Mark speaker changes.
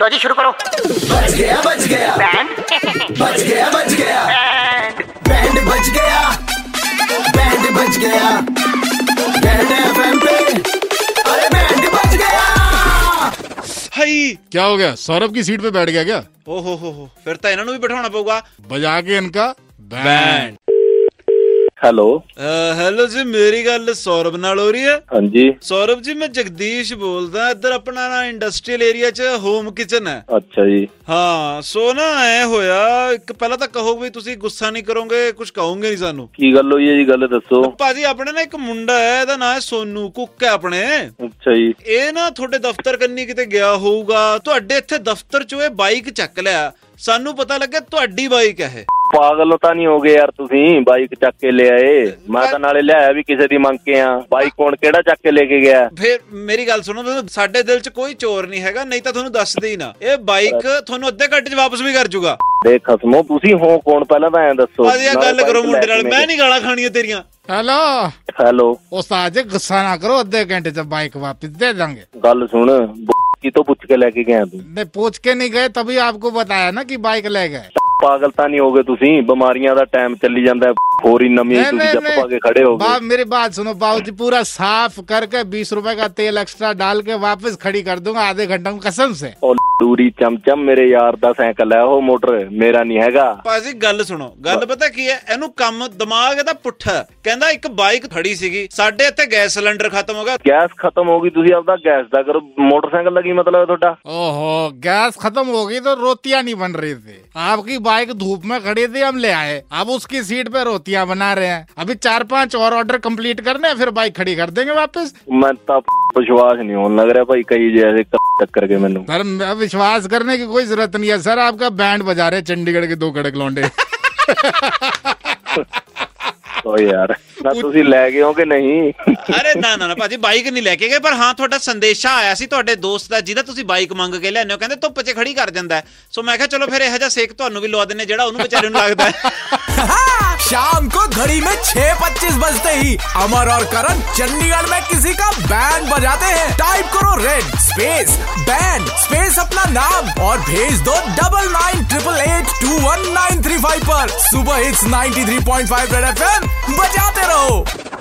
Speaker 1: लो जी शुरू करो
Speaker 2: बच गया बच गया
Speaker 1: बैंड
Speaker 2: बच गया बच गया बैंड बच गया बैंड बच गया बैंड एफएम पे अरे बैंड बच गया
Speaker 3: हाई
Speaker 4: क्या हो गया सौरभ की सीट पे बैठ गया क्या
Speaker 3: ओ हो हो ਹੋ ਫਿਰ ਤਾਂ ਇਹਨਾਂ ਨੂੰ ਵੀ ਬਿਠਾਉਣਾ ਪਊਗਾ
Speaker 4: बजा के इनका बैंड
Speaker 3: ਹੈਲੋ ਹੈਲੋ ਜੀ ਮੇਰੀ ਗੱਲ ਸੌਰਭ ਨਾਲ ਹੋ ਰਹੀ ਹੈ
Speaker 5: ਹਾਂਜੀ
Speaker 3: ਸੌਰਭ ਜੀ ਮੈਂ ਜਗਦੀਸ਼ ਬੋਲਦਾ ਇੱਧਰ ਆਪਣਾ ਨਾ ਇੰਡਸਟਰੀਅਲ ਏਰੀਆ 'ਚ ਹੋਮ ਕਿਚਨ ਹੈ
Speaker 5: ਅੱਛਾ ਜੀ
Speaker 3: ਹਾਂ ਸੋ ਨਾ ਐ ਹੋਇਆ ਇੱਕ ਪਹਿਲਾਂ ਤਾਂ ਕਹੋ ਵੀ ਤੁਸੀਂ ਗੁੱਸਾ ਨਹੀਂ ਕਰੋਗੇ ਕੁਝ ਕਹੋਗੇ ਨਹੀਂ ਸਾਨੂੰ
Speaker 5: ਕੀ ਗੱਲ ਹੋਈ ਹੈ ਜੀ ਗੱਲ ਦੱਸੋ
Speaker 3: ਭਾਜੀ ਆਪਣੇ ਨਾ ਇੱਕ ਮੁੰਡਾ ਹੈ ਇਹਦਾ ਨਾਂ ਹੈ ਸੋਨੂ ਕੁੱਕ ਹੈ ਆਪਣੇ
Speaker 5: ਅੱਛਾ ਜੀ
Speaker 3: ਇਹ ਨਾ ਤੁਹਾਡੇ ਦਫ਼ਤਰ ਕੰਨੀ ਕਿਤੇ ਗਿਆ ਹੋਊਗਾ ਤੁਹਾਡੇ ਇੱਥੇ ਦਫ਼ਤਰ 'ਚੋਂ ਇਹ ਬਾਈਕ ਚੱਕ ਲਿਆ ਸਾਨੂੰ ਪਤਾ ਲੱਗਿਆ ਤੁਹਾਡੀ ਬਾਈਕ ਹੈ ਇਹ
Speaker 5: ਪਾਗਲ ਤਾਂ ਨਹੀਂ ਹੋ ਗਏ ਯਾਰ ਤੁਸੀਂ ਬਾਈਕ ਚੱਕ ਕੇ ਲੈ ਆਏ ਮੈਂ ਤਾਂ ਨਾਲੇ ਲਿਆਇਆ ਵੀ ਕਿਸੇ ਦੀ ਮੰਗ ਕੇ ਆ ਬਾਈਕ ਕੌਣ ਕਿਹੜਾ ਚੱਕ ਕੇ ਲੈ ਕੇ ਗਿਆ
Speaker 3: ਫੇਰ ਮੇਰੀ ਗੱਲ ਸੁਣੋ ਤੁਹਾਨੂੰ ਸਾਡੇ ਦਿਲ 'ਚ ਕੋਈ ਚੋਰ ਨਹੀਂ ਹੈਗਾ ਨਹੀਂ ਤਾਂ ਤੁਹਾਨੂੰ ਦੱਸਦੇ ਹੀ ਨਾ ਇਹ ਬਾਈਕ ਤੁਹਾਨੂੰ ਅੱਧੇ ਘੰਟੇ 'ਚ ਵਾਪਸ ਵੀ ਕਰ ਜੂਗਾ
Speaker 5: ਦੇ ਖਸਮੋ ਤੁਸੀਂ ਹੋ ਕੌਣ ਪਹਿਲਾਂ ਤਾਂ ਐਂ ਦੱਸੋ
Speaker 3: ਭਾਜੀ ਇਹ ਗੱਲ ਕਰੋ ਮੁੰਡੇ ਨਾਲ ਮੈਂ ਨਹੀਂ ਗਾਲਾਂ ਖਾਣੀਆਂ ਤੇਰੀਆਂ
Speaker 4: हेलो
Speaker 5: ਹੈਲੋ
Speaker 4: उस्ताद जी गुस्सा ना करो आधे घंटे तक बाइक वापस दे देंगे
Speaker 5: ਗੱਲ ਸੁਣ ਕੀ ਤੋਂ ਪੁੱਛ ਕੇ ਲੈ ਕੇ ਗਿਆ ਤੂੰ
Speaker 4: नहीं पूछ के नहीं गए तभी आपको बताया ना कि बाइक ले गए
Speaker 5: ਪਾਗਲ ਤਾਂ ਨਹੀਂ ਹੋ ਗਏ ਤੁਸੀਂ ਬਿਮਾਰੀਆਂ ਦਾ ਟਾਈਮ ਚੱਲੀ ਜਾਂਦਾ ਹੈ। ਹੋਰ ਹੀ ਨਵੀਂ
Speaker 4: नहीं,
Speaker 5: ਤੁਸੀਂ
Speaker 4: नहीं,
Speaker 5: ਜੱਪ
Speaker 4: नहीं।
Speaker 5: ਪਾ ਕੇ ਖੜੇ ਹੋ
Speaker 4: बाप
Speaker 5: ਗਏ
Speaker 4: मेरी बात सुनो बाबू जी पूरा साफ करके बीस रुपए का तेल एक्स्ट्रा डाल के वापस खड़ी कर दूंगा आधे घंटे में कसम से
Speaker 5: ਉਹ ਦੂਰੀ ਚਮਚਮ ਮੇਰੇ ਯਾਰ ਦਾ ਸਾਈਕਲ ਹੈ ਉਹ ਮੋਟਰ ਮੇਰਾ ਨਹੀਂ ਹੈਗਾ
Speaker 3: ਭਾਜੀ ਗੱਲ ਸੁਣੋ ਗੱਲ ਪਤਾ ਕੀ ਹੈ ਇਹਨੂੰ ਕੰਮ ਦਿਮਾਗ ਇਹਦਾ ਪੁੱਠਾ ਹੈ। ਕਹਿੰਦਾ ਇੱਕ ਬਾਈਕ ਖੜੀ ਸੀਗੀ ਸਾਡੇ ਇੱਥੇ ਗੈਸ ਸਿਲੰਡਰ ਖਤਮ ਹੋ ਗਿਆ
Speaker 5: ਗੈਸ ਖਤਮ ਹੋ ਗਈ ਤੁਸੀਂ ਆਪਦਾ ਗੈਸ ਦਾ ਕਰੋ ਮੋਟਰਸਾਈਕਲ ਦਾ ਕੀ ਮਤਲਬ ਹੈ ਤੁਹਾਡਾ
Speaker 4: ओहो गैस खत्म हो गई तो रोटियां नहीं बन रही थी आपकी बाइक धूप में खड़ी थी हम ले आए अब उसकी सीट पे रोटियां बना रहे हैं अभी चार पांच और ऑर्डर कंप्लीट करने हैं, फिर बाइक खड़ी कर देंगे वापस
Speaker 5: ਮੈਂ ਤਾਂ ਵਿਸ਼ਵਾਸ ਨਹੀਂ ਹੋਣ ਲੱਗ ਰਿਹਾ ਭਾਈ ਕਈ ਜੈਸੇ ਟੱਕਰ ਕੇ ਮੈਨੂੰ
Speaker 4: सर मैं- विश्वास करने की कोई जरूरत नहीं है सर आपका बैंड बजा रहे चंडीगढ़ के दो कड़क लौंडे
Speaker 5: ਓ ਯਾਰ ਨਾ ਤੁਸੀਂ ਲੈ ਗਏ ਹੋ ਕਿ ਨਹੀਂ
Speaker 3: ਅਰੇ ਨਾ ਨਾ ਨਾ ਭਾਜੀ ਬਾਈਕ ਨਹੀਂ ਲੈ ਕੇ ਗਏ ਪਰ ਹਾਂ ਤੁਹਾਡਾ ਸੰਦੇਸ਼ਾ ਆਇਆ ਸੀ ਤੁਹਾਡੇ ਦੋਸਤ ਦਾ ਜਿਹਦਾ ਤੁਸੀਂ ਬਾਈਕ ਮੰਗ ਕੇ ਲਿਆਉਂਦੇ ਹੋ ਕਹਿੰਦੇ ਧੁੱਪ 'ਚ ਖੜੀ ਕਰ ਜਾਂਦਾ ਹੈ। ਸੋ ਮੈਂ ਕਿਹਾ ਚਲੋ ਫਿਰ ਇਹੋ ਜਿਹਾ ਸੇਕ ਤੁਹਾਨੂੰ ਵੀ ਲਵਾ ਦਿੰਨੇ ਜਿਹੜਾ ਉਹਨੂੰ ਵਿਚਾਰੇ ਨੂੰ ਲੱਗਦਾ ਹੈ
Speaker 6: शाम को घड़ी में छह पच्चीस बजते ही अमर और करण चंडीगढ़ में किसी का बैंड बजाते हैं टाइप करो रेड स्पेस बैंड स्पेस अपना नाम और भेज दो double nine triple eight two one nine three five पर सुबह hits 93.5 three point five red F बजाते रहो